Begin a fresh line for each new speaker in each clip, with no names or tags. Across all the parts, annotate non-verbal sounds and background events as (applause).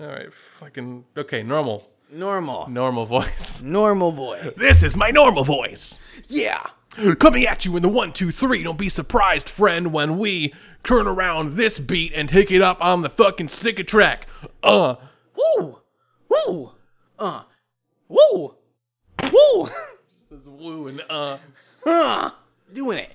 All right, fucking okay, normal,
Normal.
normal (laughs) voice. (laughs)
Normal voice.
This is my normal voice.
Yeah.
Coming at you in the one, two, three. Don't be surprised, friend, when we turn around this beat and pick it up on the fucking sticker track. Uh,
Woo. Woo. Uh. Woo. Woo. (laughs)
this is woo and uh.
Huh. Doing it.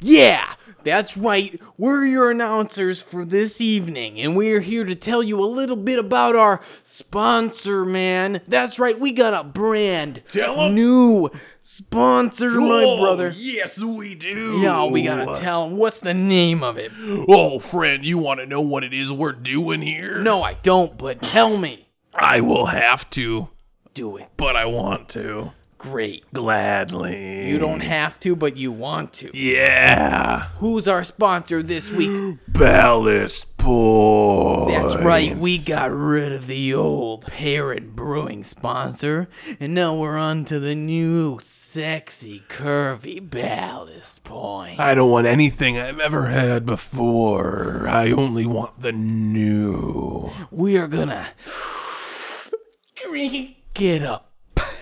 Yeah. That's right. We're your announcers for this evening, and we're here to tell you a little bit about our sponsor, man. That's right. We got a brand
Tell 'em.
new sponsor, my brother.
Oh, Yes, we do.
Yeah, we gotta tell him. What's the name of it?
Oh, friend, you want to know what it is we're doing here?
No, I don't, but tell me.
I will have to,
Do it.
but I want to
Great.
gladly.
You don't have to, but you want to.
Yeah,
Who's our sponsor this week?
ballast boy.
That's right, we got rid of the old Parrot Brewing sponsor, and now we're on to the new sexy, curvy Ballast
(laughs)
Point.
I don't want anything I've ever had before. I only want the new.
We are gonna (sighs) drink it up.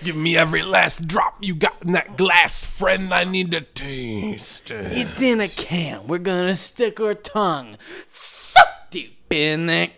Give me every last drop you got in that glass, friend. I need to taste it.
It's in a can. We're gonna stick our tongue so deep in that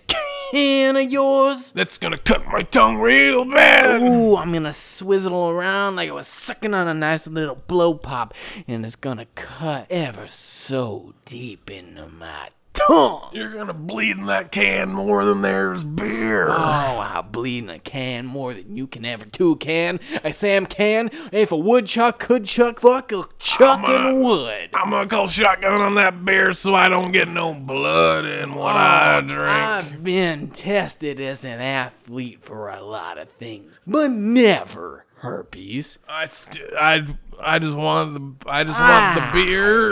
can of yours.
That's gonna cut my tongue real bad.
Ooh, I'm gonna swizzle around like I was sucking on a nice little blow pop, and it's gonna cut ever so deep into my tongue.
You're gonna bleed in that can more than there's beer.
Oh, I bleed in a can more than you can ever to can. I Sam can. If a woodchuck could chuck, fuck a chuck
a-
and wood.
I'm gonna call shotgun on that beer so I don't get no blood in what I drink.
I've been tested as an athlete for a lot of things, but never herpes.
I, st- I, I just want the I just
Ah,
want the beer.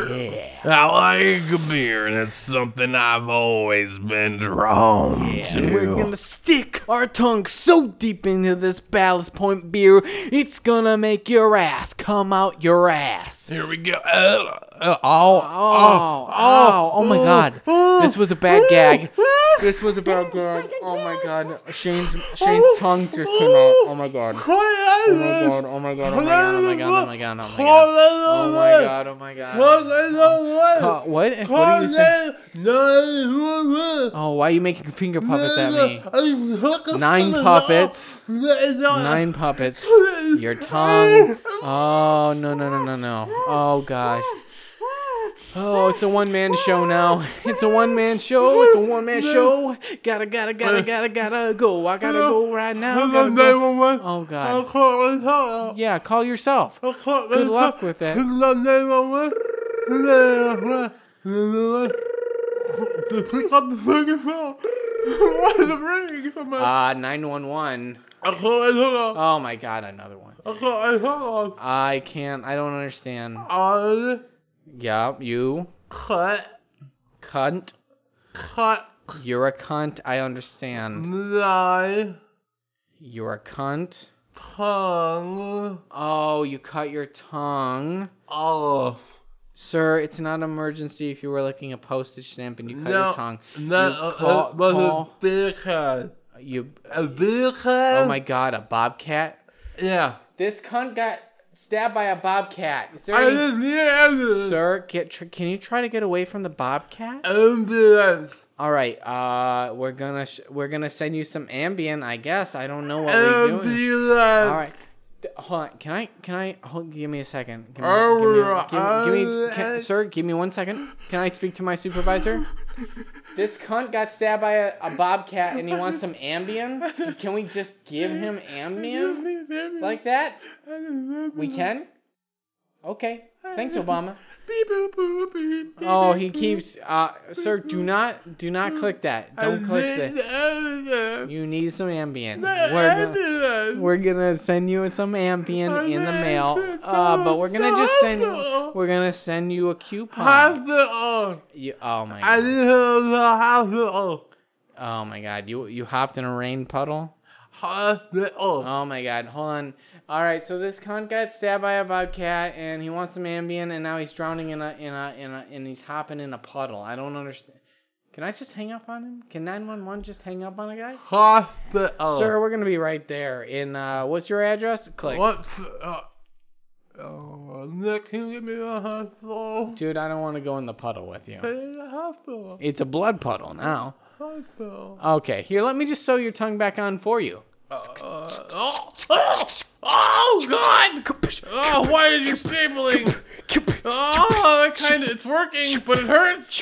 I like beer, and it's something I've always been drawn
And we're
to.
gonna stick our tongue so deep into this ballast point beer, it's gonna make your ass come out your ass.
Here we go. Uh, uh, oh,
Oh, oh, oh, my god. This was a bad gag. This was a bad gag. Oh my god. Shane's Shane's tongue just came out. Oh my god. Oh my god. Oh my god. Oh my god. Oh my god. Oh my god. Oh my god. Oh my god. Oh my god. Ca- what? What are you saying? Oh, why are you making finger puppets at me? Nine puppets. Nine puppets. Your tongue. Oh, no, no, no, no, no. Oh, gosh. Oh, it's a one man show now. (laughs) It's a one man show. It's a one man show. Gotta, gotta, gotta, gotta, gotta go. I gotta go right now. Gotta go. Oh, God. Yeah, call yourself. Good luck with it.
To pick up the fucking phone. What is the ring? for my-
Uh, 911.
I can't hang up.
Oh, my God, another one.
I can't hang up.
I can't, I don't understand.
I
Yeah, you.
cut,
Cunt.
cut,
You're a cunt. I understand.
lie,
You're a cunt.
tongue,
Oh, you cut your tongue.
off.
Sir, it's not an emergency if you were licking a postage stamp and you cut your tongue.
That
you call,
was
call-
uh, a big cat.
you
A big cat?
Oh my god, a bobcat?
Yeah.
This cunt got stabbed by a bobcat. Is there
I
any,
just need ambulance.
Sir, get tr- can you try to get away from the bobcat?
Ambulance.
All right, uh we're going to sh- we're going to send you some Ambien, I guess. I don't know what we're doing.
Ambulance.
All right. Th- Hold on. Can I? Can I? Hold, give me a second. Give me,
Oh,
give me,
we're
give me, give me
on
can,
it.
sir. Give me one second. Can I speak to my supervisor? This cunt got stabbed by a, a bobcat and he wants some Ambien. Can we just give him Ambien like that? We can. Okay. Thanks, Obama. Oh, he keeps. Uh, sir, do not, do not click that. Don't click that.
that.
You need some Ambien. We're gonna- we're gonna send you some Ambien in the mail, uh, but we're gonna just send you. We're gonna send you a coupon.
Hospital.
You, oh my
I
god!
need to go to the hospital.
Oh my god! You you hopped in a rain puddle.
Hospital.
Oh my god! Hold on. All right, so this cunt got stabbed by a bobcat, and he wants some Ambien, and now he's drowning in a in a in a and he's hopping in a puddle. I don't understand. Can I just hang up on him? Can 911 just hang up on a guy?
Hospital.
Sir, we're going to be right there. In, uh, what's your address? Click.
What? Uh, oh, Nick, can you get me to the hospital?
Dude, I don't want to go in the puddle with you.
Take me to the hospital.
It's a blood puddle now.
Hospital.
Okay, here, let me just sew your tongue back on for you.
Uh, oh, oh, oh, God! Oh, why are you stapling? Oh, that kind of, it's working, but it hurts.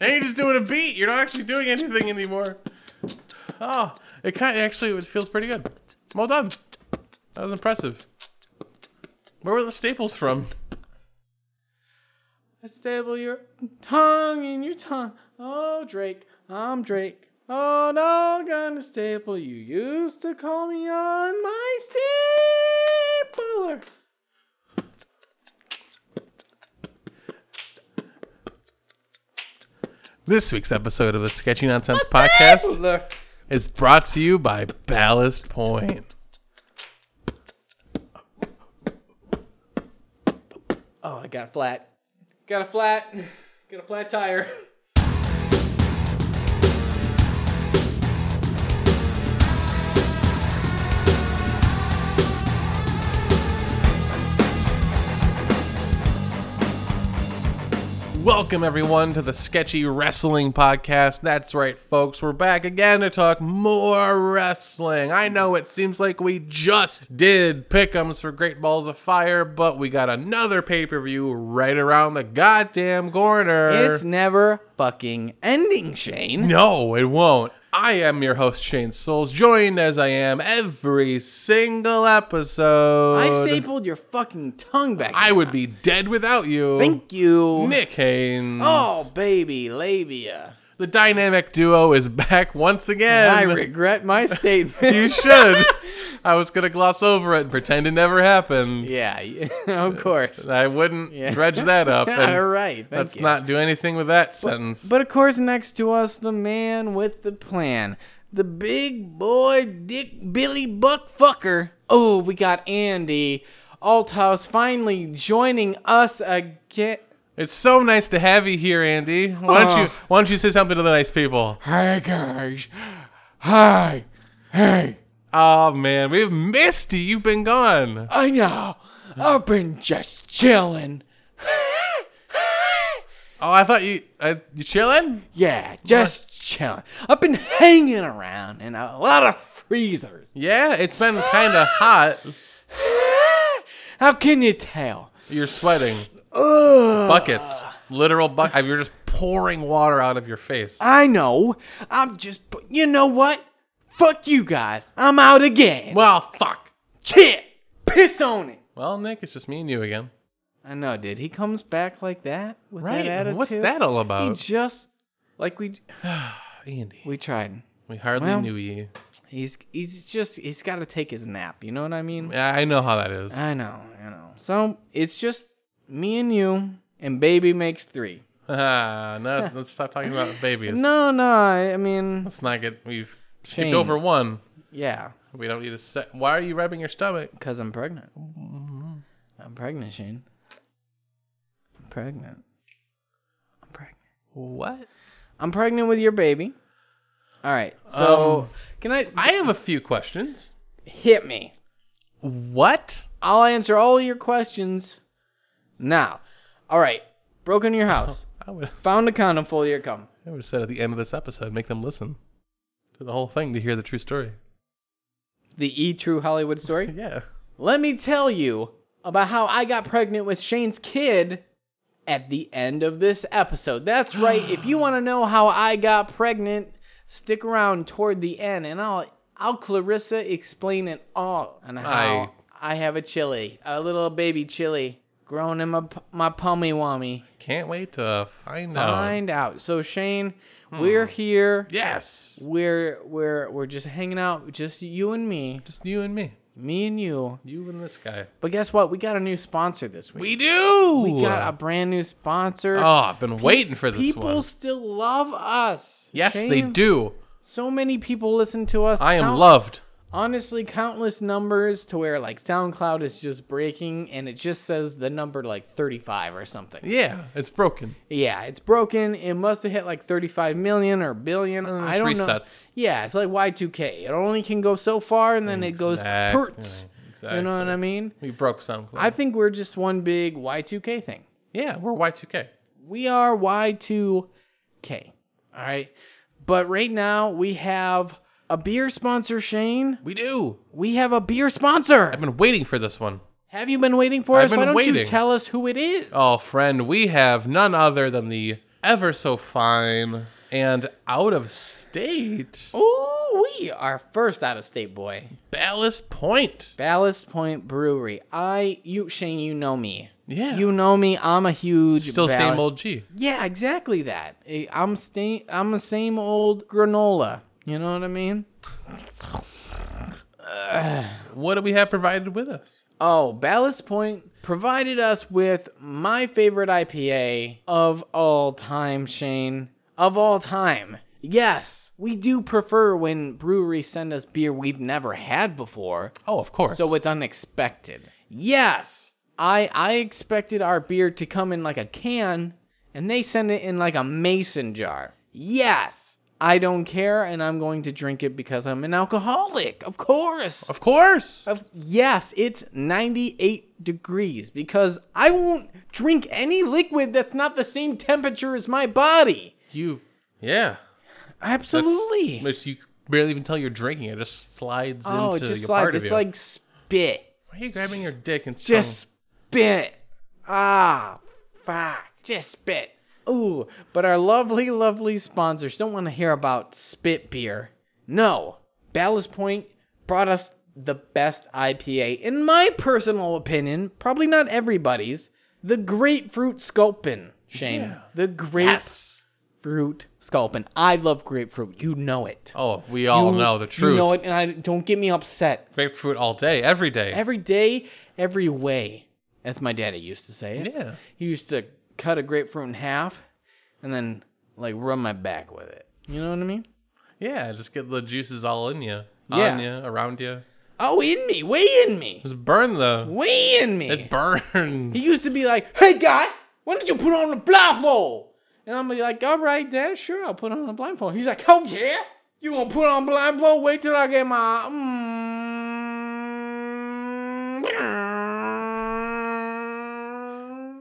And you're just doing a beat. You're not actually doing anything anymore. Oh, it kind of actually it feels pretty good. Well done. That was impressive. Where were the staples from?
I stable your tongue in your tongue. Oh, Drake, I'm Drake. Oh, no, gonna staple. You used to call me on my stapler.
This week's episode of the Sketchy Nonsense Podcast
Stapler.
is brought to you by Ballast Point.
Oh, I got a flat. Got a flat. Got a flat tire.
Welcome, everyone, to the Sketchy Wrestling Podcast. That's right, folks. We're back again to talk more wrestling. I know it seems like we just did pick'ems for Great Balls of Fire, but we got another pay per view right around the goddamn corner.
It's never fucking ending, Shane.
No, it won't. I am your host, Shane Souls, joined as I am every single episode.
I stapled your fucking tongue back.
I
in.
would be dead without you.
Thank you.
Nick Haynes.
Oh, baby, labia.
The dynamic duo is back once again. (laughs)
I regret my statement. (laughs)
you should. I was going to gloss over it and pretend it never happened.
yeah, (laughs) of course.
I wouldn't
Yeah.
dredge that (laughs)
(laughs)
up. and
All right. Thank
Let's
you.
not do anything with that sentence.
But of course, next to us, the man with the plan, the big boy Dick Billy Buck fucker. Oh, we got Andy Althouse finally joining us again.
it's so nice to have you here, Andy. Why don't you
Oh.
why don't you say something to the nice people?
Hi guys. Hi. Hey.
Oh man, we've missed you. You've been gone.
I know. I've been just chilling. (laughs)
Oh, I thought you uh, you chilling?
yeah, just chilling. I've been hanging around in a lot of freezers.
Yeah, it's been kind of hot.
How can you tell?
You're sweating. Buckets,
Uh.
literal bucket. You're just pouring water out of your face.
I know. I'm just. but You know what? Fuck you guys. I'm out again.
Well, fuck.
Shit. Piss on it.
Well, Nick, it's just me and you again.
I know, dude. He comes back like that with
Right?
that attitude.
What's that all
He
about,
just like we
Andy?
we tried.
We hardly
Well-
knew you.
He's he's just he's got to take his nap. You know what I mean?
Yeah, I know how that is.
I know. I know. So it's just me and you, and baby makes three.
(laughs) Ah, no, let's stop talking about babies.
No, no. I, I mean,
Let's not get. We've skipped
Shame.
over one.
yeah,
We don't need to. Se- Why are you rubbing your stomach?
because I'm pregnant. I'm pregnant, Shane. I'm pregnant. I'm pregnant.
What?
I'm pregnant with your baby. All right. So can I,
I have a few questions.
hit me?
What?
I'll answer all your questions now. All right. Broke into your
(laughs)
house.
I would.
Found a condom full of your cum.
I would have said at the end of this episode, make them listen to the whole thing to hear the true story.
The E True Hollywood story.
Yeah.
Let me tell you about how I got pregnant with Shane's kid at the end of this episode. That's right. if you want to know how I got pregnant, stick around toward the end and I'll I'll Clarissa explain it all and how I, have a chili, a little baby chili growing in my p- my pummy wummy.
Can't wait to find out.
Find out. So Shane, we're here.
Yes.
We're we're we're just hanging out, just you and me,
Just you and me.
me and you.
You and this guy.
But guess what? We got a new sponsor this week.
We do.
We got a brand new sponsor.
Oh, I've been waiting for this
people
one.
still love us.
Yes, they
Shane,
do.
So many people listen to us.
I am
Count
loved.
honestly countless numbers to where like SoundCloud is just breaking and it just says the number like 35 or something.
Yeah, it's broken.
Yeah, it's broken. It must have hit like 35 million or billion. I don't know.
Uh, resets.
Yeah, it's like Y2K. It only can go so far and then it goes perts.
Exactly.
You know what I mean?
We broke SoundCloud.
I think we're just one big Y2K thing.
yeah, we're Y2K.
We are Y2K. All right. But right now we have a beer sponsor, Shane.
We do.
We have a beer sponsor.
I've been waiting for this one.
Have you been waiting for
I've
us? Why
been
don't you
waiting.
tell us who it is?
Oh, friend, we have none other than the ever so fine and out of state
Ooh, we are first out of state boy.
Ballast Point.
Ballast Point Brewery. I, you, Shane, you know me.
Yeah.
You know me. I'm a huge.
Still
Ballast-
same old G.
Yeah, exactly that. I- I'm sta- I'm the same old granola. You know what I mean?
What do we have provided with us?
Oh, Ballast Point provided us with my favorite IPA of all time, Shane. Of all time. Yes, we do prefer when breweries send us beer we've never had before.
Oh, of course.
So it's unexpected. Yes. I I expected our beer to come in like a can and they send it in like a mason jar. Yes. I don't care and I'm going to drink it because I'm an alcoholic. Of course.
of course.
Of- yes, it's 98 degrees because I won't drink any liquid that's not the same temperature as my body.
You. Yeah. That's-
Absolutely.
Which you barely even tell you're drinking. It just slides
oh, it
into
just
your
slides.
part of
It's
you.
like spit.
Why are you grabbing your dick and
Just spit. Ah, fuck. Just spit. Ooh, but our lovely, lovely sponsors don't want to hear about spit beer. No, Ballast Point brought us the best IPA, in my personal opinion, probably not everybody's, the Grapefruit Sculpin, Shane. The Grapefruit
Yes.
Sculpin. I love grapefruit. You know it.
Oh, we all
You-
know the truth.
You know it, and I, don't get me upset
Grapefruit all day, every day.
every day, every way. That's my daddy used to say it.
Yeah.
He used to cut a grapefruit in half and then like rub my back with it. You know what I mean?
yeah, just get the juices all in you,
Yeah.
on you, around you.
Oh, in me, way in me,
Just burn the.
way in me.
It burns.
(laughs) he used to be like, "Hey guy, why don't you put on a blindfold?" And I'm like, "All right, Dad, sure, I'll put on a blindfold." He's like, "Oh yeah, you gonna put on a blindfold? Wait till I get my." Mm.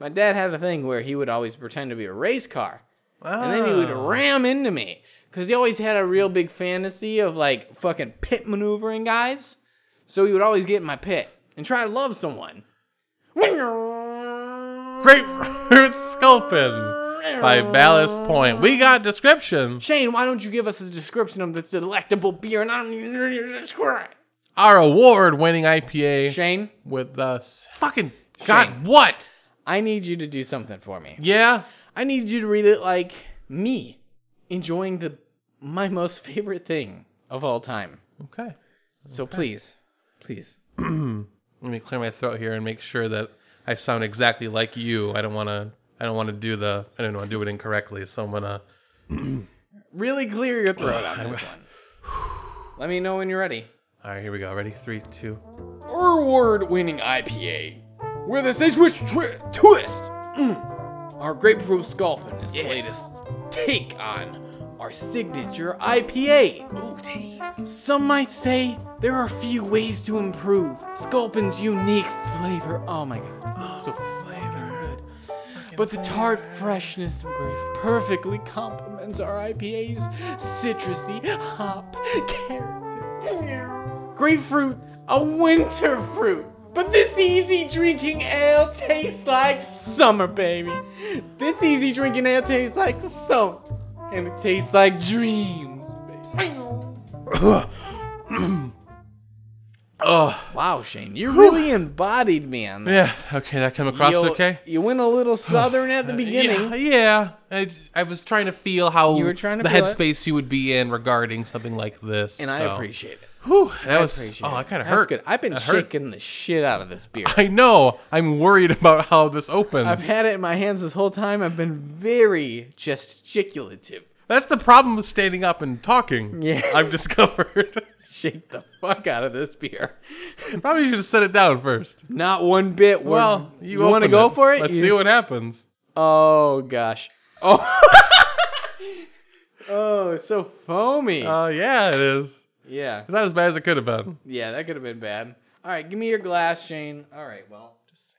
My dad had a thing where he would always pretend to be a race car, and then he would ram into me because he always had a real big fantasy of like fucking pit maneuvering guys. So he would always get in my pit and try to love someone.
(laughs) Grapefruit Sculpin by Ballast Point. We got description.
Shane, why don't you give us a description of this delectable beer? And I don't even know your description.
Our award-winning IPA
Shane,
with us. Fucking God, what?
I need you to do something for me.
Yeah.
I need you to read it like me, enjoying the my most favorite thing of all time.
Okay.
So please, please.
Let me clear my throat here and make sure that I sound exactly like you. I don't want to. I don't want to do the. I don't want to do it incorrectly. So I'm gonna.
Really clear your throat on this one. Let me know when you're ready.
All right, here we go. Ready? Three, two.
Our award-winning IPA with a sandwich twi- twist. Mm. Our grapefruit sculpin is the latest take on our signature IPA. Some might say there are few ways to improve Sculpin's unique flavor. Oh my god, so flavor good. But the tart freshness of grape perfectly complements our IPA's citrusy hop character. Grapefruit's a winter fruit, but this easy drinking ale tastes like summer, baby. This easy drinking ale tastes like summer, and it tastes like dreams, baby.
Oh.
Wow, Shane, you really embodied me on that.
Yeah. Okay, that came across
You-
okay.
You went
(sighs)
a little southern at the beginning.
Yeah, yeah. I, j- I was trying to feel how
were trying to
the
feel it.
headspace you would be in regarding something like this.
And I
so.
appreciate it.
Whew, that
I
was.
appreciate
Oh,
it.
I kind of
That's
hurt.
good. I've been
That hurt.
shaking the shit out of this beer.
(laughs) (sighs) I know. I'm worried about how this opens.
I've had it in my hands this whole time. I've been very gesticulative.
That's the problem with standing up and talking.
Yeah.
I've discovered. (laughs)
Shake the fuck out of this beer.
Probably should have set it down first.
Not one bit. We're-
Well,
you, want to
open
go for it?
Let's
You-
see what happens.
Oh gosh. Oh. (laughs) oh, it's so foamy.
Uh, yeah, it is.
yeah.
It's not as bad as it could have been.
Yeah, that could have been bad. All right, give me your glass, Shane. All right, well, just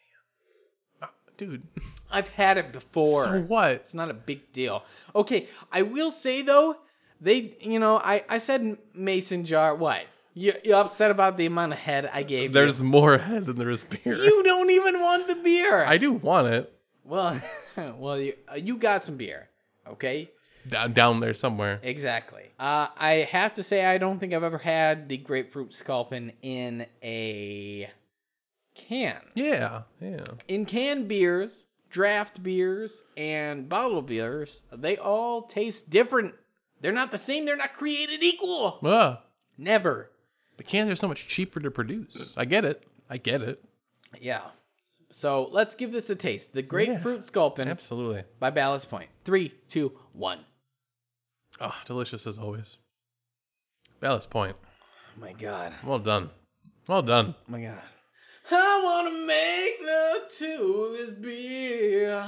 saying.
Dude.
I've had it before.
So what?
It's not a big deal. Okay, I will say though, they, you know, I, I said mason jar. What? You, you're upset about the amount of head I gave
There's more (laughs) head than there is beer.
(laughs) you. You don't even want the beer.
I do want it.
well, (laughs) well, you, uh, you got some beer. Okay,
Down, down there somewhere.
exactly. Uh, I have to say, I don't think I've ever had the grapefruit sculpin in a can.
Yeah, yeah.
in canned beers, draft beers, and bottle beers, they all taste different. They're not the same. They're not created equal.
Ah,
Never.
the cans are so much cheaper to produce. I get it. I get it.
Yeah. So let's give this a taste. The grapefruit sculpin
Absolutely.
by Ballast Point. Three, two, one.
Oh, delicious as always. Ballast point.
Oh my god.
Well done. Well done.
Oh my god. I wanna make love to this beer.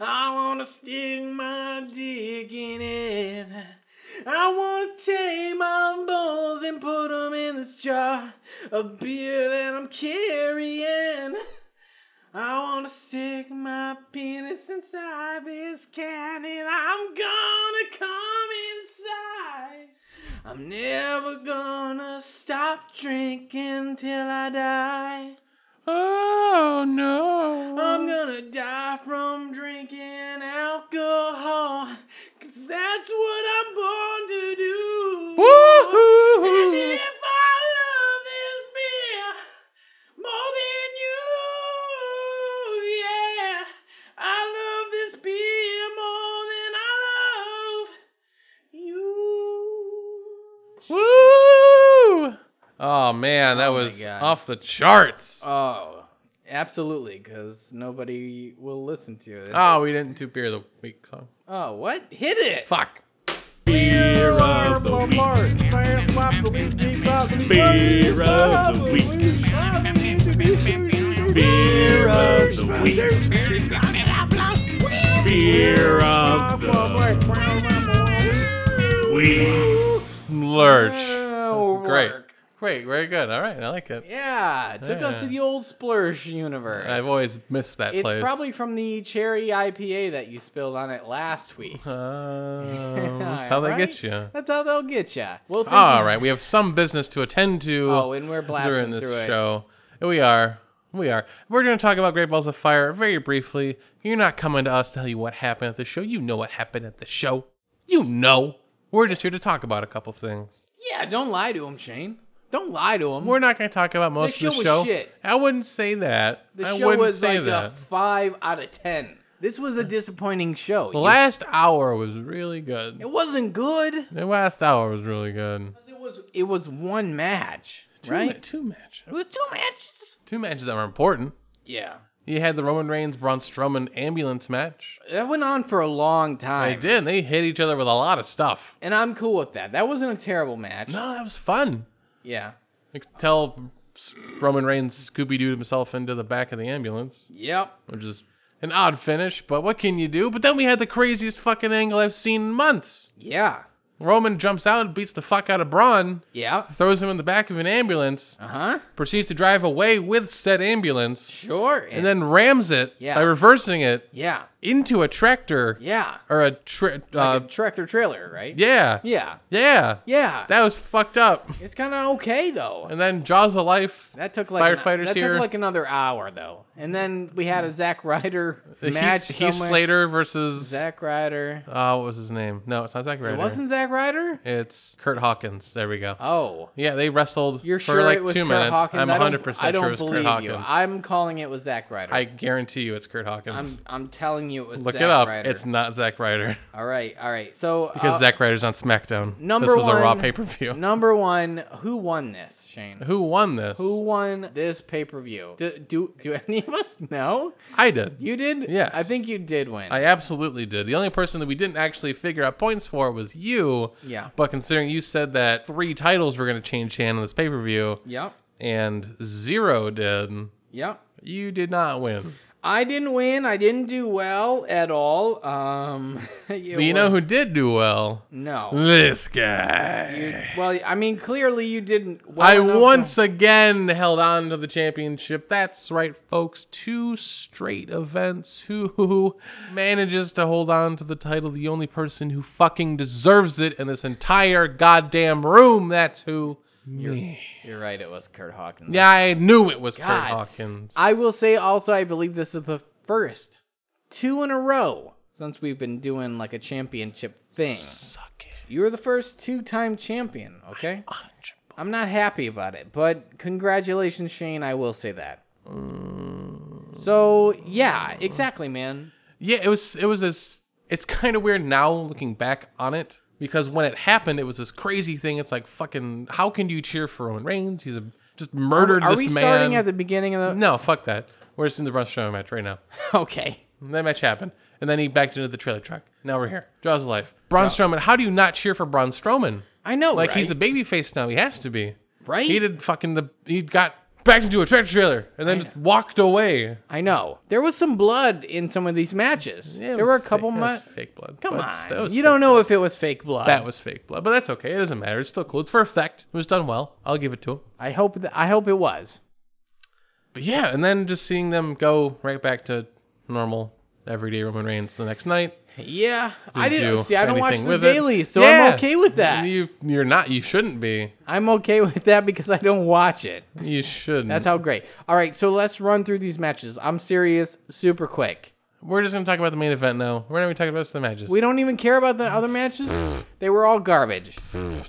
I wanna stick my dick in it. I wanna take my balls and put them in this jar of beer that I'm carrying. I wanna stick my penis inside this can and I'm gonna come inside. I'm never gonna stop drinking till I die.
Oh no.
I'm gonna die from drinking alcohol. Cause that's what I'm going to do.
(laughs)
And
Woohoo!
if I love this beer more than you, yeah. I love this beer more than I love you.
Woo! Oh man, that was
God.
off the charts.
Oh, absolutely, because nobody will listen to it.
oh, we didn't do beer of the week song.
Oh, what? Hit it!
Fuck.
Beer of the week. Beer of the week. Beer of the week. Beer of the week.
Lurch. Great.
Work.
Great, very good. All right, I like it.
Yeah, took us to
Yeah.
the old splurge universe.
I've always missed that
it's
place.
probably from the cherry IPA that you spilled on it last week. (laughs)
Oh, that's how they get
Right?
you.
That's how they'll get you. Well, thank
All
you-
right, we have some business to attend to.
Oh, and we're blasting
during this
through it.
show. We are. We are. We're going to talk about Great Balls of Fire very briefly. You're not coming to us to tell you what happened at the show. You know what happened at the show. You know. We're just here to talk about a couple things.
Yeah, don't lie to him, Shane. Don't lie to him.
We're not going to talk about most
The
of the
show
show.
was shit.
I wouldn't say that.
The
I
show
wouldn't
was
say
like
that.
a five out of ten. This was a disappointing show.
the
You-
last hour was really good.
it wasn't good.
The last hour was really good.
It was it was one match, right?
Two, ma- two matches.
It was two matches.
Two matches that were important.
Yeah,
You had the Roman Reigns Braun Strowman ambulance match.
that went on for a long time.
They did. and They hit each other with a lot of stuff.
and I'm cool with that. That wasn't a terrible match.
No, that was fun.
Yeah.
Until Roman Reigns Scooby Dooed himself into the back of the ambulance,
Yep.
which is an odd finish, but what can you do? But then we had the craziest fucking angle I've seen in months.
Yeah.
Roman jumps out and beats the fuck out of Braun,
Yeah.
throws him in the back of an ambulance,
Uh huh.
proceeds to drive away with said ambulance,
Sure.
and then rams it
Yeah.
by reversing it
yeah,
into a tractor
yeah.
or a tri- uh,
Like a tractor trailer, right?
yeah,
Yeah.
yeah,
Yeah.
That was fucked up.
it's kind of okay though.
And then Jaws of Life.
That took like
firefighters
that
here.
took like another hour though, and then we had a Zack
(laughs)
Ryder
Heath-
match
Heath,
somewhere.
Slater versus
Zack Ryder.
uh, what was his name? No, it's not Zack Ryder.
It wasn't Zack Ryder.
It's Kurt Hawkins. There we go.
Oh,
yeah, they wrestled
you're
for
sure
like
it was
two
Kurt
minutes.
Hawkins?
I'm
I don't-
100 percent
I don't
sure it was
believe
Kurt Hawkins.
you.
I,
I'm calling it was Zack Ryder.
guarantee you, it's Kurt Hawkins.
I'm I'm telling you it was
Look
Zack
it up.
Ryder.
It's not Zack Ryder
all right, all right. So
because
uh,
Zack Ryder's on SmackDown.
number
this was a Raw
one-
pay per view.
number one, who won this, Shane?
Who won this?
Who won this pay per view? Do, do do any of us know?
I did.
You did?
Yes.
I think you did win.
I absolutely did. The only person that we didn't actually figure out points for was you.
Yeah.
But considering you said that three titles were going to change hand in this pay per view,
yep.
and zero did,
Yep.
you did not win.
I didn't win. I didn't do well at all. Um (laughs)
But you know who did do well?
No.
This guy.
You- well, I mean, clearly you didn't. Well
I
enough
once again held on to the championship. That's right, folks. Two straight events. Who manages to hold on to the title? The only person who fucking deserves it in this entire goddamn room. That's who. Me.
to- You're right. It was Kurt Hawkins.
Yeah, I knew it was Kurt
God.
Hawkins.
I will say also, I believe this is the first two in a row since we've been doing like a championship thing.
Suck it.
You were the first two-time champion. Okay.
Punch.
I'm not happy about it, but congratulations, Shane. I will say that. So yeah, exactly, man.
Yeah, it was. It was this. It's kind of weird now looking back on it because when it happened, it was this crazy thing. It's like fucking. How can you cheer for Roman Reigns? He's a, just murdered
Are
this
we
man.
starting at the beginning of the?
No, fuck that. We're just in the Braun Strowman match right now.
(laughs) Okay.
That match happened, and then he backed into the trailer truck. Now we're here. Draws life. Braun Strowman. How do you not cheer for Braun Strowman?
I know,
Like he's a
right?
babyface now. He has to be.
Right?
He did fucking the. He got backed into a tractor trailer and then just walked away.
I know. There was some blood in some of these matches.
Yeah, it
there
was
were a couple
fake,
months.
that was fake blood.
Come
but it's- that
on.
was
You
fake
don't know
blood.
if it was fake blood.
that was fake blood, but that's okay. It doesn't matter. It's still cool. It's for effect. It was done well. I'll give it to him.
I hope that I hope it was.
But yeah, and then just seeing them go right back to normal everyday Roman Reigns the next night.
Yeah, I
didn't
didn't
do
see. I don't watch
anything
the
with it.
dailies, so I'm
Yeah.
okay with that.
You you're not. You shouldn't be.
I'm okay with that because I don't watch it. (laughs)
You shouldn't.
That's how great. All right, so let's run through these matches. I'm serious, super quick.
We're just gonna talk about the main event now. We're not gonna talk about the rest of the matches.
We don't even care about the other matches. They were all garbage.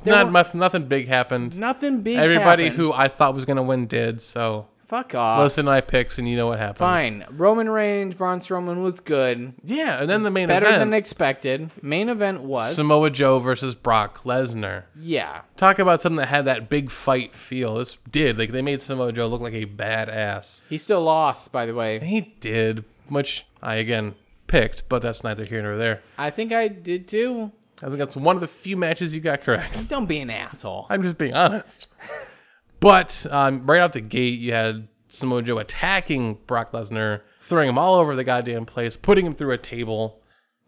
not much, nothing big happened.
Nothing big.
Everybody
happened.
who I thought was gonna win did. So
fuck off.
listen to my picks, and you know what happened.
Fine. Roman Reigns, Braun Strowman was good.
Yeah, and then the main
Better
event.
than expected. Main event was
Samoa Joe versus Brock Lesnar.
yeah.
Talk about something that had that big fight feel. This did. Like they made Samoa Joe look like a badass.
He still lost, by the way.
He did, which I again picked, but that's neither here nor there.
I think I did too.
I think that's one of the few matches you got correct.
Don't be an asshole.
I'm just being honest. But um, right out the gate, you had Samoa Joe attacking Brock Lesnar, throwing him all over the goddamn place, putting him through a table,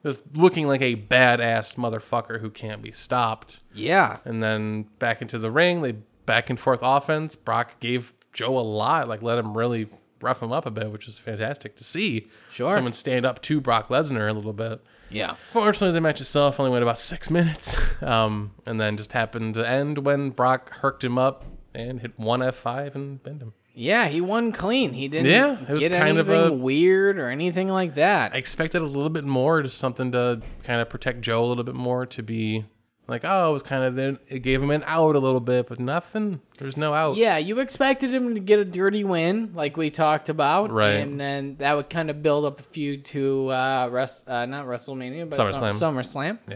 just looking like a badass motherfucker who can't be stopped.
Yeah.
And then back into the ring, they back and forth offense. Brock gave Joe a lot, like let him really rough him up a bit, which was fantastic to see.
Sure.
Someone stand up to Brock Lesnar a little bit.
Yeah.
Fortunately, the match itself only went about six minutes, (laughs) um, and then just happened to end when Brock herked him up and hit one F5 and pinned him.
Yeah, he won clean. He didn't
Yeah, it was
get
kind of
anything
a-
weird or anything like that.
I expected a little bit more, just something to kind of protect Joe a little bit more, to be like, oh, it was kind of then it gave him an out a little bit, but nothing. There's no out.
yeah, you expected him to get a dirty win, like we talked about,
Right.
And then that would kind of build up a feud to uh, rest, uh not WrestleMania, but
SummerSlam.
Sum- SummerSlam.
Yeah.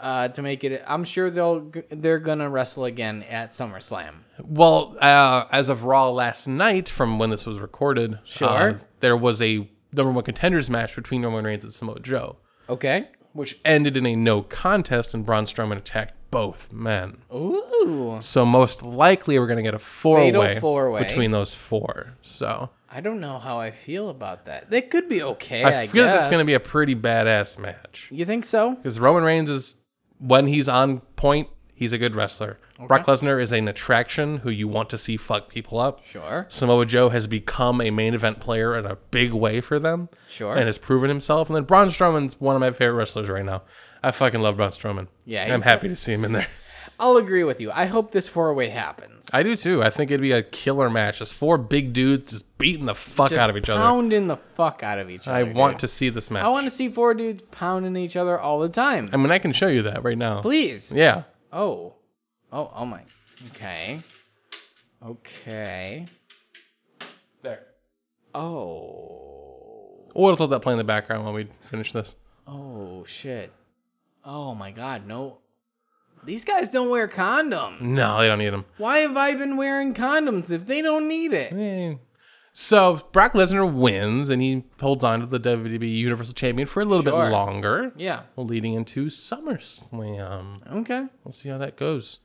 Uh, to make it, I'm sure they'll g- they're gonna wrestle again at SummerSlam.
Well, uh, as of Raw last night, from when this was recorded,
Sure.
uh, there was a number one contenders match between Roman Reigns and Samoa Joe,
Okay.
which ended in a no contest, and Braun Strowman attacked both men.
Ooh,
So most likely, we're going to get a four-way,
four-way.
between those four. So
I don't know how I feel about that. That could be okay.
I
I,
feel like that's
guess.
going to be a pretty badass match
You think so?
because Roman Reigns is when he's on point, he's a good wrestler. Brock Lesnar is an attraction who you want to see fuck people up.
Sure.
Samoa Joe has become a main event player in a big way for them.
Sure.
And has proven himself. And then Braun Strowman's one of my favorite wrestlers right now. I fucking love Braun Strowman.
Yeah,
And I'm
he's-
happy to see him in there.
I'll agree with you. I hope this four way happens.
I do too. I think it'd be a killer match. Just four big dudes just beating the fuck out of each other.
Pounding the fuck out of each other.
I want
dude.
to see this match.
I want to see four dudes pounding each other all the time.
I mean, I can show you that right now.
Please.
Yeah.
Oh. Oh, oh my. Okay. Okay.
There.
Oh.
Or let's let that play in the background while we finish this.
Oh shit. Oh my god, no. These guys don't wear condoms.
No, they don't need them.
Why have I been wearing condoms if they don't need it?
So Brock Lesnar wins, and he holds on to the WWE Universal Champion for a little
Sure.
bit longer.
Yeah.
Leading into SummerSlam.
Okay.
We'll see how that goes.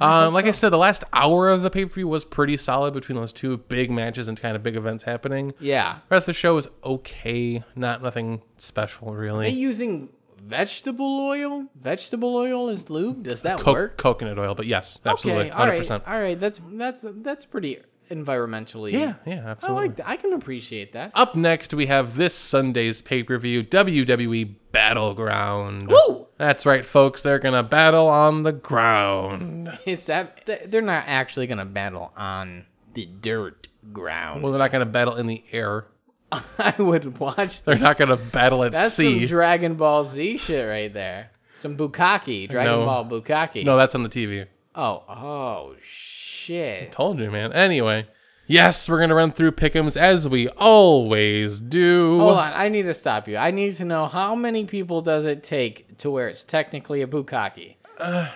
Um, like I said, the last hour of the pay per view was pretty solid between those two big matches and kind of big events happening.
Yeah.
Rest of the show was okay, not nothing special
Are
really.
they using vegetable oil? Vegetable oil is lube? Does that
Co-
work?
coconut oil, but yes, absolutely,
Okay. All
hundred
right.
percent.
All right. That's that's that's pretty environmentally.
Yeah, yeah,
I
absolutely.
like that. I can appreciate that.
Up next, we have this Sunday's pay per view WWE E Battleground.
Woo!
That's right, folks. They're gonna battle on the ground.
(laughs) Is that th- they're not actually gonna battle on the dirt ground?
Well, they're not gonna battle in the air.
(laughs) I would watch.
They're not gonna battle at
That's
sea.
some Dragon Ball Z shit right there. Some Bukaki, Dragon
No.
Ball Bukaki.
no, that's on the TV.
Oh, oh shit.
Told you, man. Anyway, yes, we're gonna run through pickums as we always do.
Hold on, I need to stop you. I need to know how many people does it take to where it's technically a Bukaki?
Uh,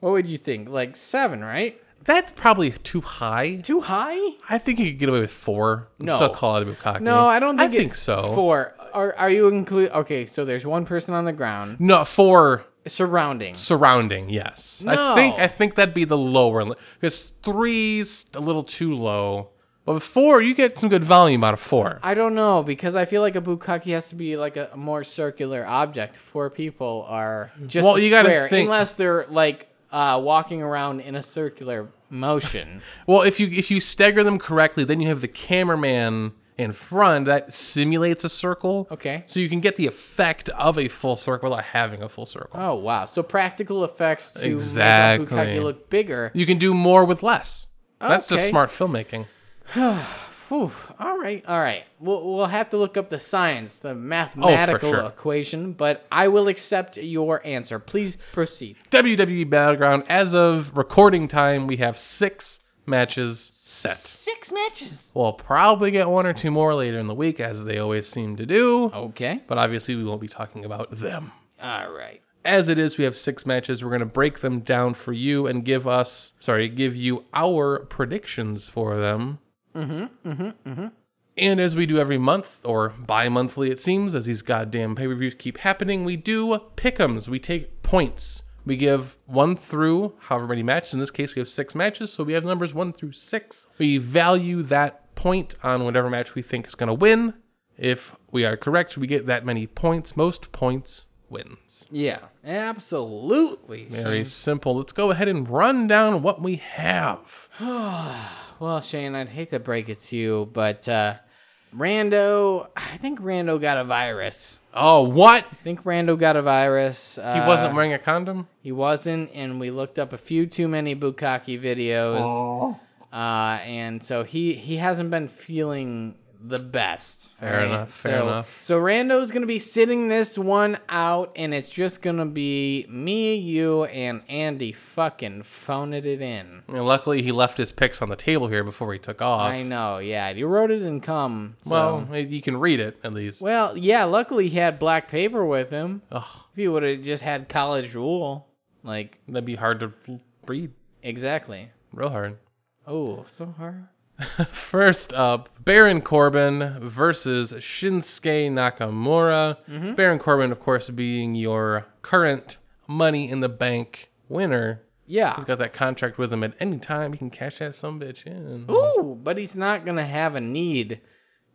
what would you think? Like seven, right?
That's probably too high.
Too high?
I think you could get away with four. And
No.
still call it a bukkake.
No, I don't think
I
it-
think so.
Four. Are are you include? Okay, so there's one person on the ground
No, four
surrounding.
surrounding. Yes, I think
No.
I think that'd be the lower because three's a little too low. But with four, you get some good volume out of four.
I don't know because I feel like a bukkake has to be like a more circular object. Four people are just
Well,
a
you gotta
square,
think-
unless they're like uh, walking around in a circular motion.
Well, if you if you stagger them correctly, then you have the cameraman in front that simulates a circle.
Okay.
So you can get the effect of a full circle without having a full circle.
oh wow! So practical effects to
Exactly.
make a bukkake look bigger.
You can do more with less. That's just
Okay.
smart filmmaking.
Whew. All right, all right. We'll we'll have to look up the science, the mathematical
Oh, sure.
equation, but I will accept your answer. Please proceed.
WWE E Battleground, as of recording time, we have six matches set.
Six matches.
We'll probably get one or two more later in the week, as they always seem to do.
Okay.
But obviously, we won't be talking about them.
All right.
As it is, we have six matches. We're going to break them down for you and give us, sorry, give you our predictions for them. Mm hmm. Mm hmm. Mm hmm. And as we do every month or bi monthly, it seems, as these goddamn pay per views keep happening, we do pick'ems. We take points. We give one through however many matches. In this case, we have six matches, so we have numbers one through six. We value that point on whatever match we think is going to win. If we are correct, we get that many points. Most points wins.
Yeah. Absolutely.
Very simple. Let's go ahead and run down what we have.
Well, Shane, I'd hate to break it to you, but uh, Rando, I think Rando got a virus.
Oh, what?
I think Rando got a virus. Uh,
He wasn't wearing a condom?
He wasn't, and we looked up a few too many Bukaki videos. Uh, and so he he hasn't been feeling the best.
Fair enough, fair
so,
enough.
So Rando's gonna be sitting this one out, and it's just gonna be me, you, and Andy fucking phoning it in.
And luckily, he left his picks on the table here before he took off.
I know, yeah. You wrote it in cum. So.
Well, you can read it at least.
Well, yeah, luckily he had black paper with him.
Ugh,
If he would have just had college rule, like,
that'd be hard to read.
exactly.
Real hard.
Oh, so hard.
First up, Baron Corbin versus Shinsuke Nakamura.
Mm-hmm.
Baron Corbin, of course, being your current Money in the Bank winner.
Yeah.
He's got that contract with him at any time. He can cash that some bitch in.
Ooh, but he's not going to have a need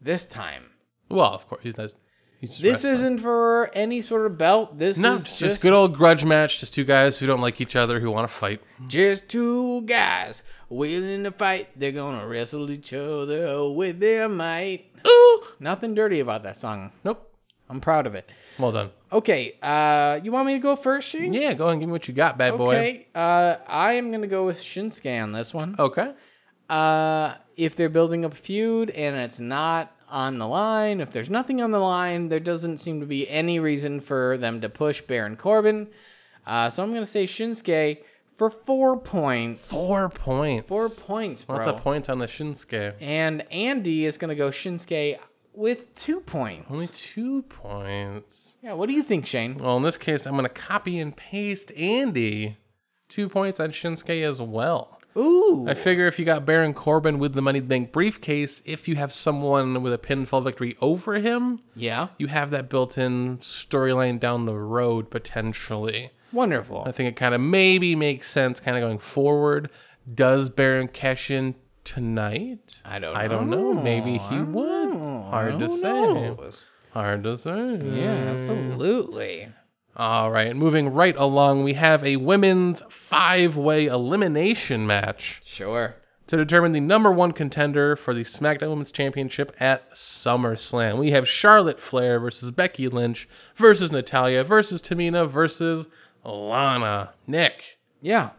this time.
Well, of course, he's not. He's just
This
wrestling.
isn't for any sort of belt. This
no,
is
it's
just,
just, good old grudge match. Just two guys who don't like each other who want to fight.
just two guys willing to fight. They're going to wrestle each other with their might.
Ooh,
Nothing dirty about that song.
nope.
I'm proud of it.
Well done.
Okay, uh, you want me to go first, Shane?
Yeah, go and give me what you got, bad boy.
Okay, uh, I am gonna go with Shinsuke on this one.
Okay.
Uh, if they're building up a feud and it's not on the line, if there's nothing on the line, there doesn't seem to be any reason for them to push Baron Corbin. Uh, so I'm gonna say Shinsuke for four points.
Four points.
Four points, bro.
Lots of points on the Shinsuke.
And Andy is gonna go Shinsuke with two points.
Only two points.
yeah, what do you think, Shane?
Well, in this case, I'm going to copy and paste Andy. Two points on Shinsuke as well.
Ooh.
I figure if you got Baron Corbin with the Money in the Bank briefcase, if you have someone with a pinfall victory over him,
Yeah.
you have that built in storyline down the road potentially.
Wonderful.
I think it kind of maybe makes sense kind of going forward. Does Baron cash in tonight?
I don't
I don't know. Maybe he would. Hard to say. Hard to say.
Yeah, absolutely.
All right. Moving right along, we have a women's five way elimination match
Sure.
to determine the number one contender for the SmackDown Women's Championship at SummerSlam. We have Charlotte Flair versus Becky Lynch versus Natalia versus Tamina versus Lana. Nick,
Yeah.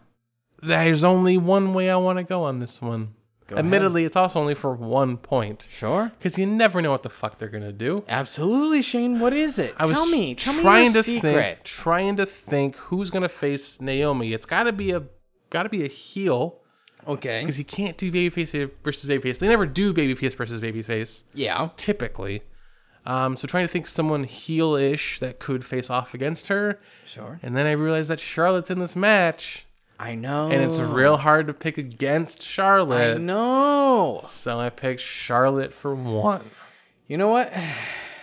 there's only one way I want to go on this one. Admittedly, it's also only for one point
Sure.
because you never know what the fuck they're going to do.
Absolutely, Shane. What is it?
I was
tell me. Tell me
trying
your
to
secret.
think, trying to think who's gonna face Naomi. It's gotta be a gotta be a heel
Okay.
because you can't do babyface versus babyface. They never do babyface versus babyface
Yeah.
typically. Um, so trying to think someone heel-ish that could face off against her,
Sure.
and then I realized that Charlotte's in this match,
I know.
and it's real hard to pick against
I
Charlotte.
know.
So I picked Charlotte for one.
You know what? (sighs)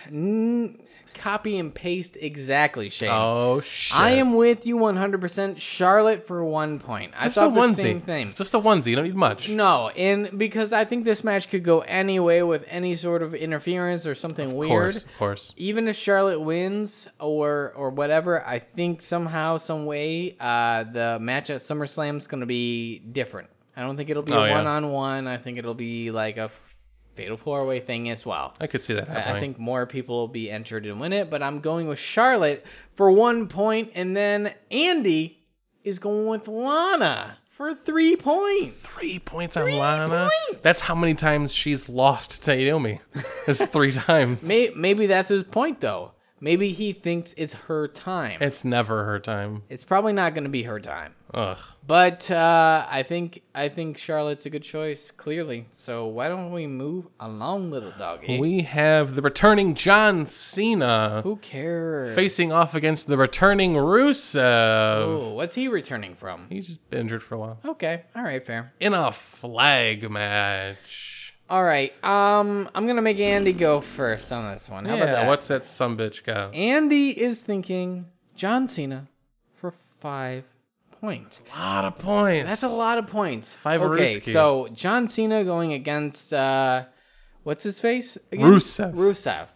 N- Copy and paste exactly, Shane.
Oh shit!
I am with you 100%. Charlotte for one point. I
just a
thought the
onesie.
same thing.
It's just a onesie. You don't need much.
No, and because I think this match could go any way with any sort of interference or something
of
weird.
course, of course.
Even if Charlotte wins or or whatever, I think somehow, some way, uh, the match at SummerSlam's going to be different. I don't think it'll be
Oh,
a
yeah.
one-on-one. I think it'll be like a f- fatal four-way thing as well.
I could see that happening.
I I think more people will be entered and win it, but I'm going with Charlotte for one point, and then Andy is going with Lana for three points.
three points on Lana. That's how many times she's lost to Naomi. It's
(laughs)
three times.
May- Maybe that's his point, though. Maybe he thinks it's her time.
It's never her time.
It's probably not going to be her time,
Ugh.
but uh, I think I think Charlotte's a good choice, clearly. So why don't we move along, little doggy?
We have the returning John Cena
Who cares?
facing off against the returning Rusev.
Ooh, what's he returning from?
He's been injured for a while.
Okay, all right, fair.
In a flag match.
All right. Um, I'm gonna make Andy go first on this one. How
yeah,
about that?
what's that sumbitch got?
Andy is thinking John Cena for five points.
A lot of points.
That's a lot of points.
Five
Okay,
Ruski.
so John Cena going against uh, what's his face? Again?
Rusev.
Rusev.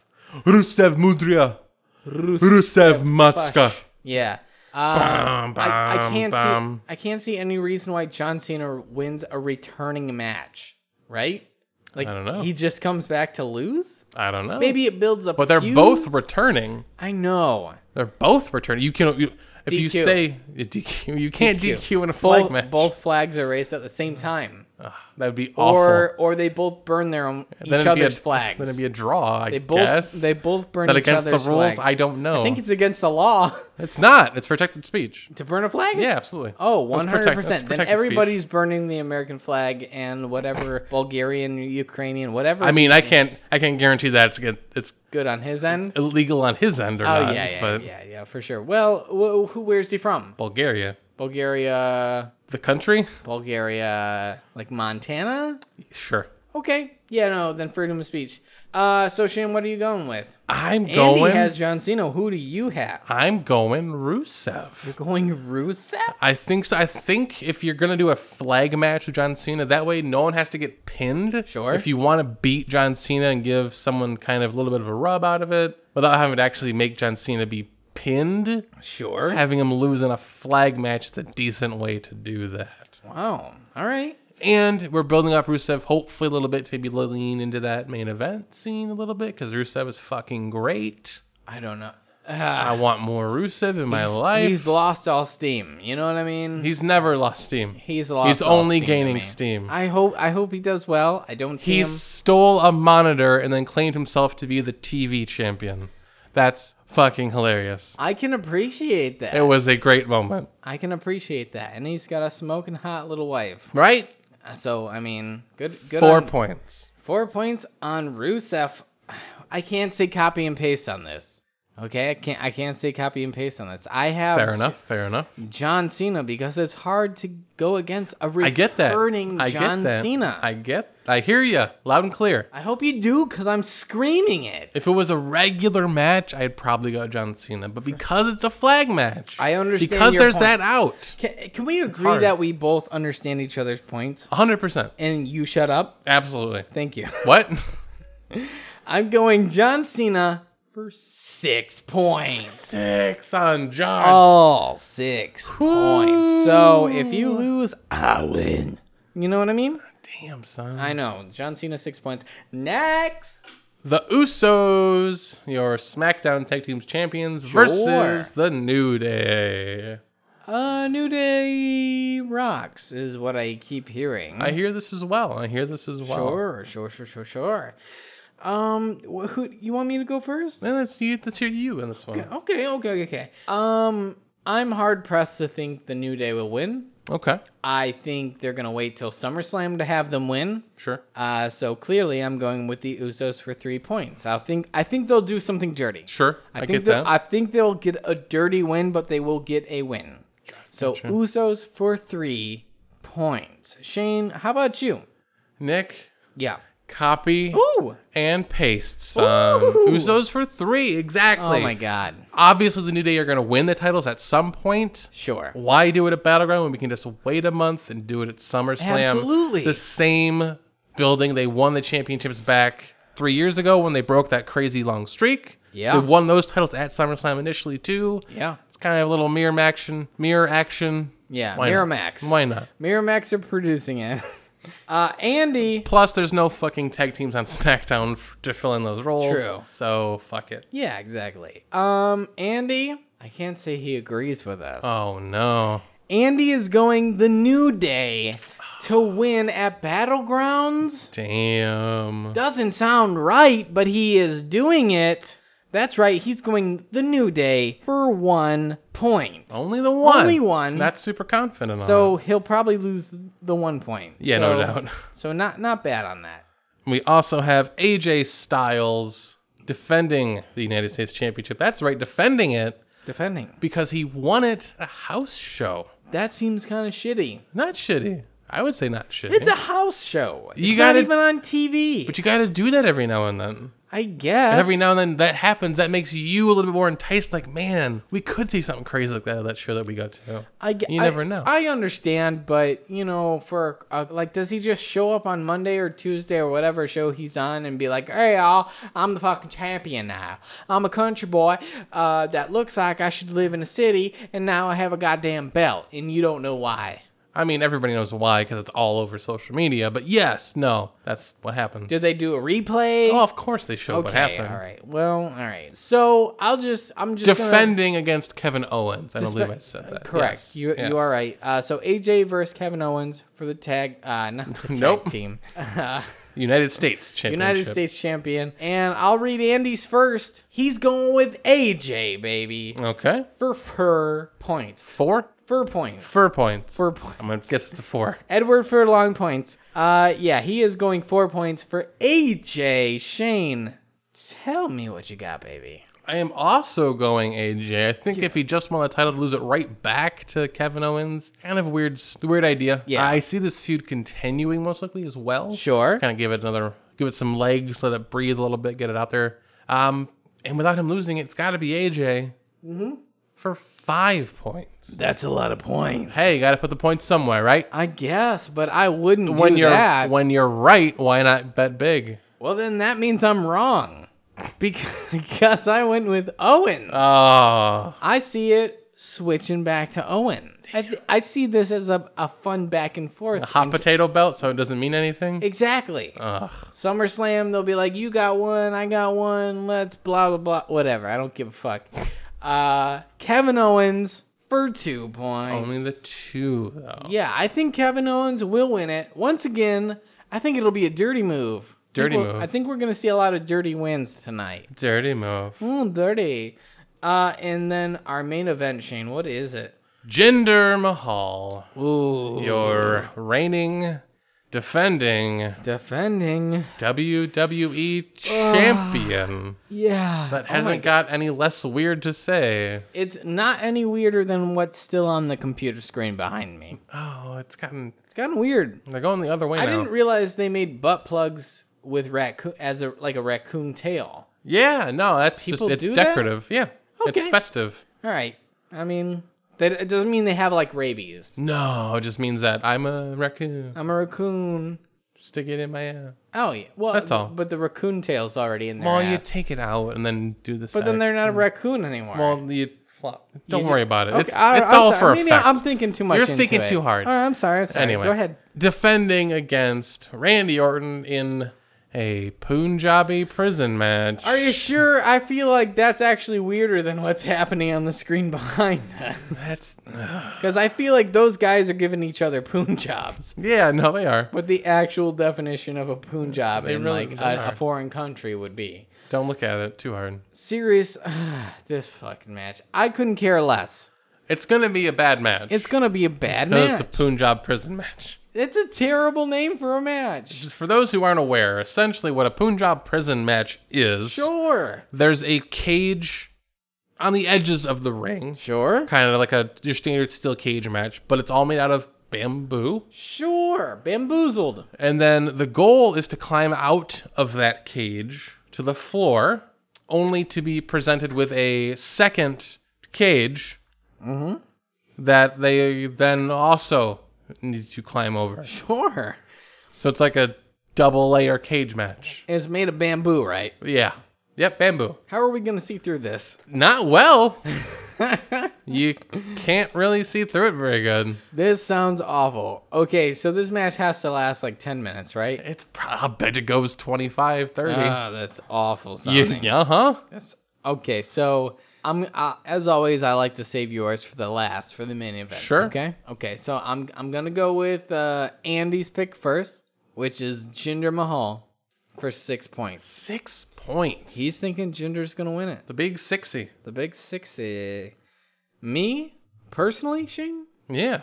Rusev Mudria. Rusev Matska.
Yeah. Uh,
Bam,
I, I
bam,
can't
bam.
see. I can't see any reason why John Cena wins a returning match, right? Like
I don't know.
he just comes back to lose.
I don't know.
Maybe it builds up.
But they're
feuds?
both returning. (laughs)
I know.
They're both returning. You can you, if you
DQ.
say you DQ, you can't DQ, in a flag
both,
match.
both flags are raised at the same time,
that would be awful.
or or they both burn their own
Then
each
it'd be
other's
a,
flags.
Then it'd be a draw. I
they both
guess.
they both burn
Is that
each
against
other's
the rules?
flags.
I don't know.
I think it's against the law (laughs)
it's not. It's protected speech.
to burn a flag.
Yeah, absolutely.
Oh,
Let's
100
protect- let's
percent. Then
protect the speech.
everybody's burning the American flag and
(laughs)
whatever Bulgarian, Ukrainian, whatever.
I mean, I can't. I can't guarantee that it's good. It's
good on his end.
illegal on his end or
Oh
not.
yeah, yeah,
uh, but
yeah, yeah, for sure. Well, wh- who where's he from?
Bulgaria,
Bulgaria,
the country,
Bulgaria, like Montana.
sure.
Okay. Yeah, no, then freedom of speech. Uh, so Shane, what are you going with?
I'm
Andy
going.
has John Cena. Who do you have?
I'm going Rusev.
Going Rusev?
I think so. I think if you're gonna do a flag match with John Cena, that way no one has to get pinned.
Sure.
If you want to beat John Cena and give someone kind of a little bit of a rub out of it without having to actually make John Cena be pinned,
Sure.
having him lose in a flag match is a decent way to do that.
Wow. All right.
And we're building up Rusev hopefully a little bit to maybe lean into that main event scene a little bit because Rusev is fucking great.
I don't know. Uh,
I want more Rusev in my life.
He's lost all steam. You know what I mean?
He's never lost steam.
He's lost.
He's
all
only
steam to
gaining
me.
steam.
I hope. I hope he does well. I don't.
He
He's
stole a monitor and then claimed himself to be the TV champion. That's fucking hilarious.
I can appreciate that.
It was a great moment,
I can appreciate that, and he's got a smoking hot little wife.
right?
So I mean, good. Good.
Four
on-
points.
Four points on Rusev. (sighs) I can't say copy and paste on this. Okay, I can't. I can't say copy and paste on this. I have
Fair enough. Fair enough.
John Cena because it's hard to go against a returning
I get that. I get
John
that.
Cena.
I get. I hear you loud and clear.
I hope you do because I'm screaming it.
If it was a regular match, I'd probably go John Cena. But because it's a flag match,
I understand
Because
your
there's
point.
that out.
Can, can we agree
hard.
that we both understand each other's points?
100%.
And you shut up.
Absolutely.
Thank you. (laughs)
What?
I'm going John Cena for six points.
Six on John.
All six points. So if you lose, I win. You know what I mean?
Damn, son.
I know. John Cena six points. Next.
the Usos, your SmackDown Tag Teams champions, versus the New Day.
Uh, New Day rocks is what I keep hearing.
I hear this as well. I hear this as well.
Sure, sure, sure, sure, sure. Um, wh- who you want me to go first?
And that's you. That's here to you in this one.
Okay, okay, okay. Um, I'm hard pressed to think the New Day will win.
Okay.
I think they're gonna wait till SummerSlam to have them win.
Sure.
Uh, so clearly, I'm going with the Usos for three points. I think I think they'll do something dirty.
Sure. I,
I,
get
think
that.
that I think they'll get a dirty win, but they will get a win. So Usos for three points. Shane, how about you?
Nick,
Yeah.
copy
Ooh.
and paste, son.
Ooh.
Usos for three. Exactly.
Oh my God.
Obviously, the New Day are going to win the titles at some point.
Sure.
Why do it at Battleground when we can just wait a month and do it at SummerSlam?
Absolutely.
The same building they won the championships back three years ago when they broke that crazy long streak.
Yeah.
They won those titles at SummerSlam initially too.
Yeah.
It's kind of a little mirror action. Mirror action.
Yeah,
Why not?
Miramax.
Why not?
Miramax are producing it. (laughs) Uh, Andy.
Plus, there's no fucking tag teams on (laughs) SmackDown f- to fill in those roles.
True.
So fuck it.
Yeah, exactly. Um, Andy. I can't say he agrees with us.
Oh no.
Andy is going the New Day to win at Battlegrounds.
Damn.
Doesn't sound right, but he is doing it. That's right, he's going the New Day for one point.
Only the one.
Only one.
Not super confident on it.
So he'll probably lose the one point.
Yeah, no
So-
doubt. (laughs)
So not not bad on that.
We also have AJ Styles defending the United States Championship. That's right, defending it
Defending.
because he won it at a house show.
That seems kind of shitty.
Not shitty. I would say not shitty.
It's a house show. It's
You
not
gotta-
even on TV.
but you got to do that every now and then.
I guess.
Every now and then that happens. That makes you a little bit more enticed. Like, man, we could see something crazy like that at that show that we go to.
I ge-
you
I-
never know.
I understand, but you know, for uh, like, does he just show up on Monday or Tuesday or whatever show he's on and be like, "Hey, y'all, I'm the fucking champion now. I'm a country boy uh, that looks like I should live in a city, and now I have a goddamn belt, and you don't know why."
I mean, everybody knows why because it's all over social media. But yes, no, that's what happened.
Did they do a replay?
oh, of course they show what
okay,
happened.
all right. Well, all right. So I'll just, I'm just gonna-
defending against Kevin Owens. I don't believe I said that.
Correct.
Yes,
You
yes.
you are right. Uh, so AJ versus Kevin Owens for the tag, uh,
(laughs)
not the tag
Nope.
team. (laughs)
United States championship.
United States champion. And I'll read Andy's first. He's going with AJ, baby.
Okay.
For fur points.
Four
Fur points.
fur points.
Fur points.
I'm gonna guess it's a four.
Edward for long points. Uh yeah, he is going four points for AJ. Shane, tell me what you got, baby.
I am also going AJ. I think if he just won the title to lose it right back to Kevin Owens, kind of weird, s- weird idea.
Yeah.
I see this feud continuing most likely as well.
Sure.
Kind of give it another, give it some legs, let it breathe a little bit, get it out there. Um, and without him losing, it's got to be AJ
Mm-hmm.
for five points.
That's a lot of points.
Hey, you got to put the points somewhere, right?
I guess, but I wouldn't
when
do
you're
that.
when you're right, why not bet big?
well, then that means I'm wrong. (laughs) Because, because I went with Owens.
Oh,
I see it switching back to Owens. I, th- I see this as a, a fun back and forth.
hot potato belt, so it doesn't mean anything.
Exactly.
Ugh.
SummerSlam, they'll be like, you got one, I got one, let's blah, blah, blah. Whatever. I don't give a fuck. Uh, Kevin Owens for two points.
Only the two though.
yeah, I think Kevin Owens will win it. Once again, I think it'll be a dirty move. I think
Dirty
we'll-
move.
I think we're going to see a lot of dirty wins tonight.
Dirty move.
Mm, dirty. Uh, and then our main event, Shane, what is it?
Jinder Mahal,
Ooh.
your reigning defending
Defending.
WWE champion
Yeah.
that
Oh my
hasn't
God.
got any less weird to say.
It's not any weirder than what's still on the computer screen behind me.
Oh, it's gotten.
It's gotten weird.
They're going the other way
I
now.
didn't realize they made butt plugs with raccoon as a like a raccoon tail.
yeah, no, that's just
People
it's
do that?
decorative. Yeah,
Okay.
it's festive.
All right. I mean, that it doesn't mean they have like rabies.
No, it just means that I'm a raccoon.
I'm a raccoon.
Stick it in my ass.
Oh yeah. Well,
That's all.
But the raccoon tail's already in there.
Well, you take it out and then do the.
but then they're not a raccoon anymore.
Well, you flop. Don't
You ju-
worry about it.
Okay,
it's
I-
it's
I'm
all
sorry.
for
Maybe
effect.
I'm thinking too much.
You're
into
thinking
it.
too hard.
All right, I'm sorry. I'm sorry.
anyway,
Go ahead.
Defending against Randy Orton in a Punjabi prison match.
Are you sure? I feel like that's actually weirder than what's happening on the screen (laughs) behind us.
That's
Because I feel like those guys are giving each other poon jobs.
yeah. No, they are.
What the actual definition of a poon job in
really-
like
they
a, a
are.
foreign country would be.
Don't look at it too hard.
Serious, (sighs) this fucking match. I couldn't care less.
It's gonna be a bad match.
It's gonna be a bad
'Cause it's
match.
a Punjab prison match.
It's a terrible name for a match.
Just for those who aren't aware, essentially what a Punjab prison match is,
Sure.
there's a cage on the edges of the ring,
Sure.
kind of like a your standard steel cage match, but it's all made out of bamboo.
Sure. Bamboozled.
And then the goal is to climb out of that cage to the floor, only to be presented with a second cage that they then also need to climb over.
Sure.
So it's like a double layer cage match.
It's made of bamboo, right?
Yeah. Yep, bamboo.
How are we gonna see through this?
Not well. you can't really see through it very good.
This sounds awful. Okay, so this match has to last like ten minutes, right?
It's probably, I bet it goes 25, 30.
Ah, that's awful.
You-
Sounding.
yeah, huh?
That's- okay, so I'm uh, as always. I like to save yours for the last for the main event.
Sure.
Okay. Okay. So I'm I'm gonna go with uh, Andy's pick first, which is Jinder Mahal for six points.
Six points.
He's thinking Jinder's gonna win it.
the big sixy.
The big sixy. Me personally, Shane.
Yeah.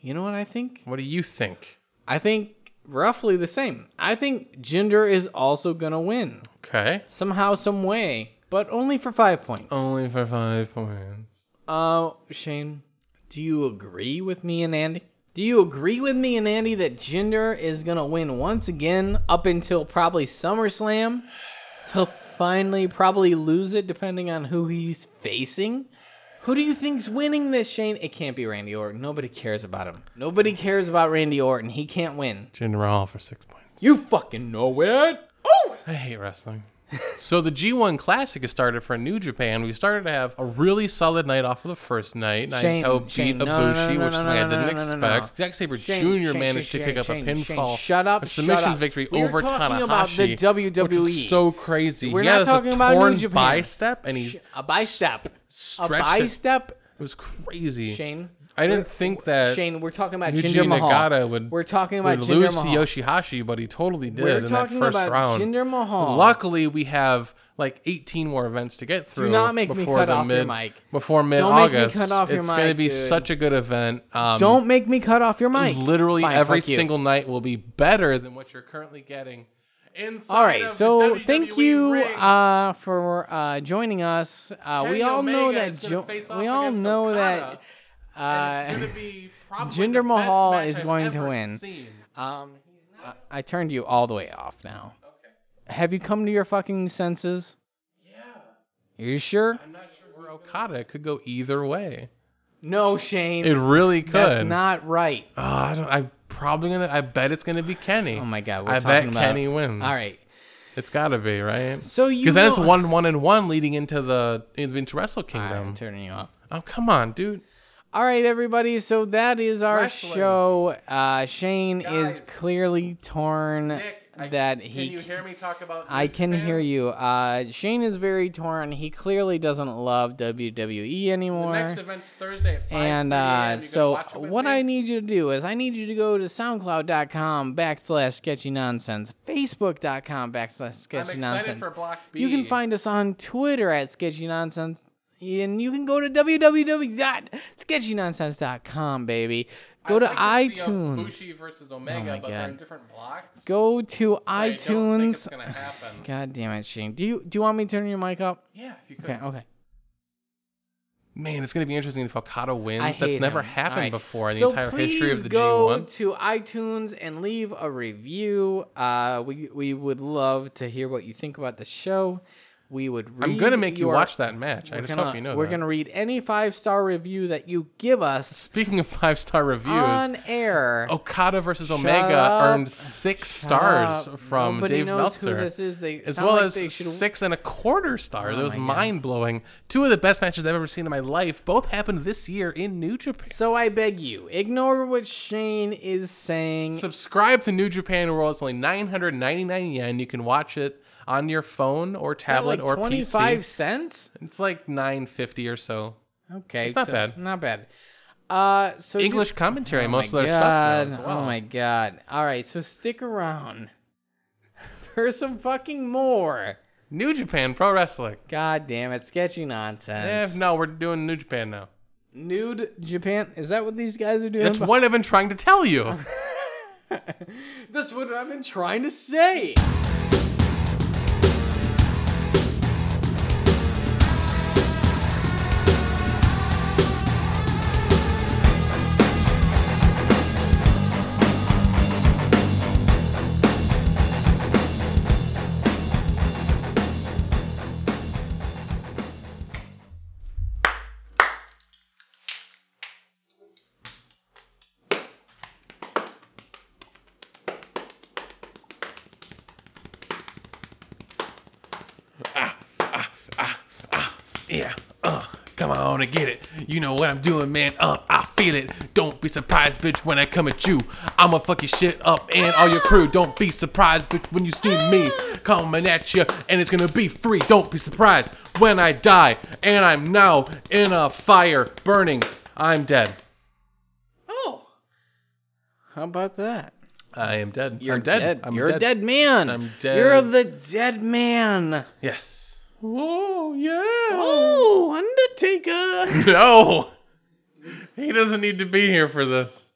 You know what I think?
What do you think?
I think roughly the same. I think Jinder is also gonna win
Okay.
somehow, some way, but only for five points.
Only for five points.
Uh, Shane, do you agree with me and Andy? Do you agree with me and Andy that Jinder is gonna win once again up until probably SummerSlam to finally probably lose it depending on who he's facing? Who do you think's winning this, Shane? It can't be Randy Orton. Nobody cares about him. Nobody cares about Randy Orton. He can't win.
Jinder Mahal for six points.
You fucking know it. Oh!
I hate
(laughs)
wrestling. so the G1 Classic is started for New Japan. We started to have a really solid night off of the first night.
Shane,
Naito beat
Shane, no, no,
Ibushi,
no, no,
which is
no,
something I
no, no,
didn't
no, no, no.
expect. Zack Sabre Jr. managed to pick up a pinfall,
shut up,
a submission
shut up.
victory
We were
over
talking
Tanahashi,
about the WWE.
which is so crazy.
We're
yeah,
not
there's
talking
a
about New
torn
Japan.
bicep, and he
a bicep, a
stretched it.
bicep.
It was crazy.
Shane,
I didn't
we're-
think that
Shane, we're talking about
Yuji
Jinder Mahal.
Nagata would
we're talking about
would
Jinder
lose
Mahal.
to Yoshihashi, but he totally did
We're
in that
talking
first
about
round.
Jinder Mahal.
Luckily, we have like 18 more events to get through.
not make me
before
cut
the
off your
mid,
mic.
Before mid
make me
August,
cut off your
it's going to
mic,
be
dude.
such a good event. Um,
Don't make me cut off your mic.
literally
Fine,
every
fuck you.
single night will be better than what you're currently getting. Inside
All right,
of
so
the
thank
WWE
you
E ring.
uh, for uh, joining us. Uh, we
Kenny
all know
Omega
that
is gonna
jo-
face off
we all
against
know
Okada,
that. Uh,
and it's gonna be probably
Jinder
the best
Mahal
match
is
I've
going to
ever
win.
seen.
Um, I, I turned you all the way off now. Have you come to your fucking senses? Yeah. you sure?
I'm not sure where Okada could go either way.
No, Shane.
It really could.
That's not right.
Oh, I don't, I'm probably gonna. I bet it's gonna be Kenny.
Oh my god, we're
I bet
talking about
Kenny wins.
All right.
it's gotta be right.
So you
because then it's
know-
one, one, and one leading into the into Wrestle
I'm
Kingdom.
turning you off.
oh come on, dude.
All right, everybody. So that is our
Wrestling.
show. Uh, Shane
Guys.
is clearly torn that he
me talk about?
I can hear you. Uh, Shane is very torn. He clearly doesn't love WWE anymore.
event's Thursday at 5
And uh, so, what I need you to do is, I need you to go to soundcloud.com backslash sketchy nonsense, facebook.com backslash sketchy
excited
nonsense.
for Block
You can
B.
find us on Twitter at sketchy nonsense, and you can go to www.sketchynonsense.com, baby. Go to
I'd like see a
iTunes. Oh
Bushi versus Omega,
my
but they're in
God.
different blocks.
Go to
I don't think it's
iTunes.
gonna happen.
God damn it, Shane. Do you do you want me to turn your mic up?
Yeah, if you could.
Okay, okay.
Man, it's gonna be interesting if Okada wins.
I
That's
hate
never
him.
happened
Alright.
before in
So
the entire history
please
of the
go
G1.
to iTunes and leave a review. Uh, we we would love to hear what you think about the show. We would. Read
I'm gonna make you
your-
watch that match. I
We're
just
gonna,
hope you know
we're
that.
gonna read any five star review that you give us
Speaking of five star reviews,
on air.
Oh, Okada versus
Shut
Omega
up.
earned six stars
Shut up.
from
Nobody
Dave
knows who
Meltzer,
this is. They
as
sound
well
like
as
they should- Oh
six and a quarter stars. it was
my God.
mind blowing. Two of the best matches I've ever seen in my life. Both happened this year in New Japan.
So I beg you, ignore what Shane is saying.
Subscribe to New Japan World. It's only 999 yen. You can watch it on your phone or
Is that
tablet
like
or
twenty
PC.
five cents.
It's like 950 or so.
Okay,
not
so-
bad.
Not bad. Uh, so you-
English commentary,
Oh
most of
my
their stuff.
God.
now as well.
Oh my god. All right, so stick around (laughs) for some fucking more.
New Japan Pro Wrestling.
God damn it, sketchy
Eh,
nonsense.
no, we're doing New Japan now.
Nude Japan. Is that what these guys are doing?
That's what I've been trying to tell you.
That's what I've been trying to say.
Yeah, uh, come on and get it. You know what I'm doing, man. Uh, I feel it. Don't be surprised, bitch, when I come at you. I'ma fuck your shit up and all your crew. Don't be surprised, bitch, when you see me coming at you, and it's gonna be free. Don't be surprised when I die, and I'm now in a fire burning. I'm dead.
Oh. How about that?
I am dead.
You're
I'm dead. I'm
You're a dead man.
I'm dead.
You're the dead man.
Yes. Oh yeah. (laughs)
Oh, Undertaker.
No. He doesn't need to be here for this.